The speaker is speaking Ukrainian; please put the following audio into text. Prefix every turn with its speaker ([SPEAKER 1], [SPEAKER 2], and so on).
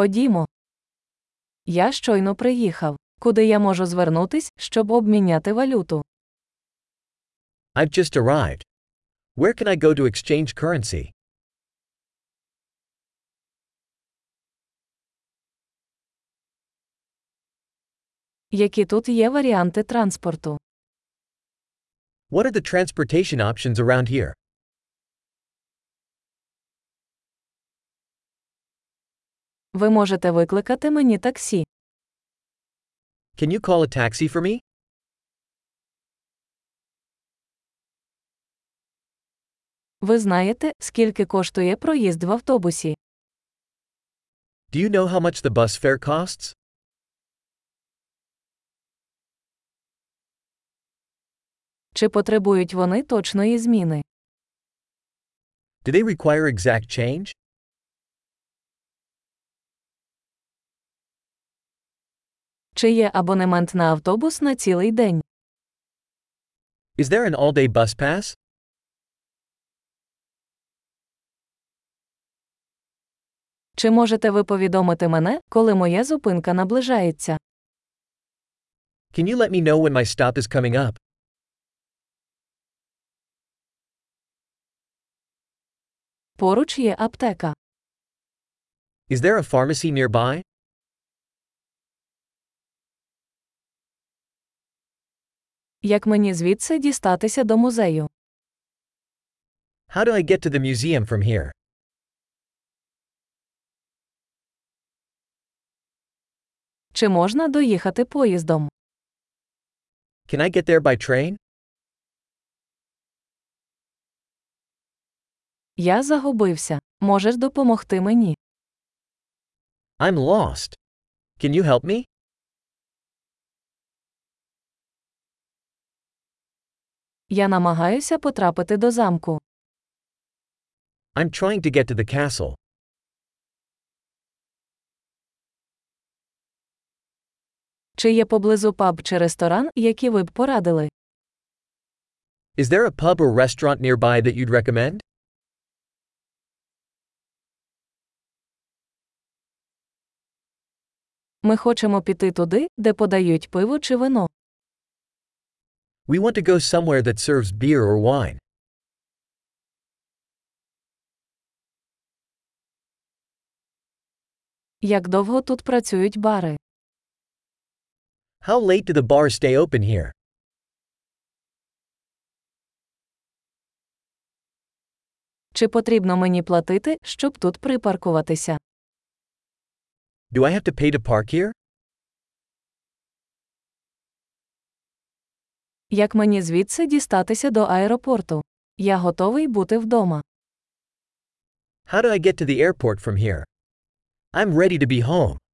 [SPEAKER 1] Ходімо. Я щойно приїхав. Куди я можу звернутись, щоб обміняти валюту?
[SPEAKER 2] I've just arrived. Where can I go to exchange currency?
[SPEAKER 1] Які тут є варіанти транспорту?
[SPEAKER 2] What are the transportation options around here?
[SPEAKER 1] Ви можете викликати мені таксі.
[SPEAKER 2] Can you call a taxi for me?
[SPEAKER 1] Ви знаєте, скільки коштує проїзд в автобусі?
[SPEAKER 2] Do you know how much the bus fare costs?
[SPEAKER 1] Чи потребують вони точної зміни?
[SPEAKER 2] Do they require exact change?
[SPEAKER 1] Чи є абонемент на автобус на цілий день?
[SPEAKER 2] Is there an all day bus pass?
[SPEAKER 1] Чи можете ви повідомити мене, коли моя зупинка наближається?
[SPEAKER 2] Can you let me know when my stop is coming up?
[SPEAKER 1] Поруч є аптека.
[SPEAKER 2] Is there a pharmacy nearby?
[SPEAKER 1] Як мені звідси дістатися до музею?
[SPEAKER 2] How do I get to the museum from here?
[SPEAKER 1] Чи можна доїхати поїздом?
[SPEAKER 2] Can I get there by train?
[SPEAKER 1] Я загубився. Можеш допомогти мені?
[SPEAKER 2] I'm lost. Can you help me?
[SPEAKER 1] Я намагаюся потрапити до замку.
[SPEAKER 2] I'm trying to get to the castle.
[SPEAKER 1] Чи є поблизу паб чи ресторан, які ви б порадили?
[SPEAKER 2] Is there a pub or restaurant nearby that you'd recommend?
[SPEAKER 1] Ми хочемо піти туди, де подають пиво чи вино.
[SPEAKER 2] We want to go somewhere that serves beer or wine.
[SPEAKER 1] Як довго тут працюють бари?
[SPEAKER 2] How late do the bars stay open here?
[SPEAKER 1] Чи потрібно мені платити, щоб тут припаркуватися?
[SPEAKER 2] Do I have to pay to park here?
[SPEAKER 1] Як мені звідси дістатися до аеропорту? Я готовий бути вдома.
[SPEAKER 2] How do I get to the airport from here? I'm ready to be home.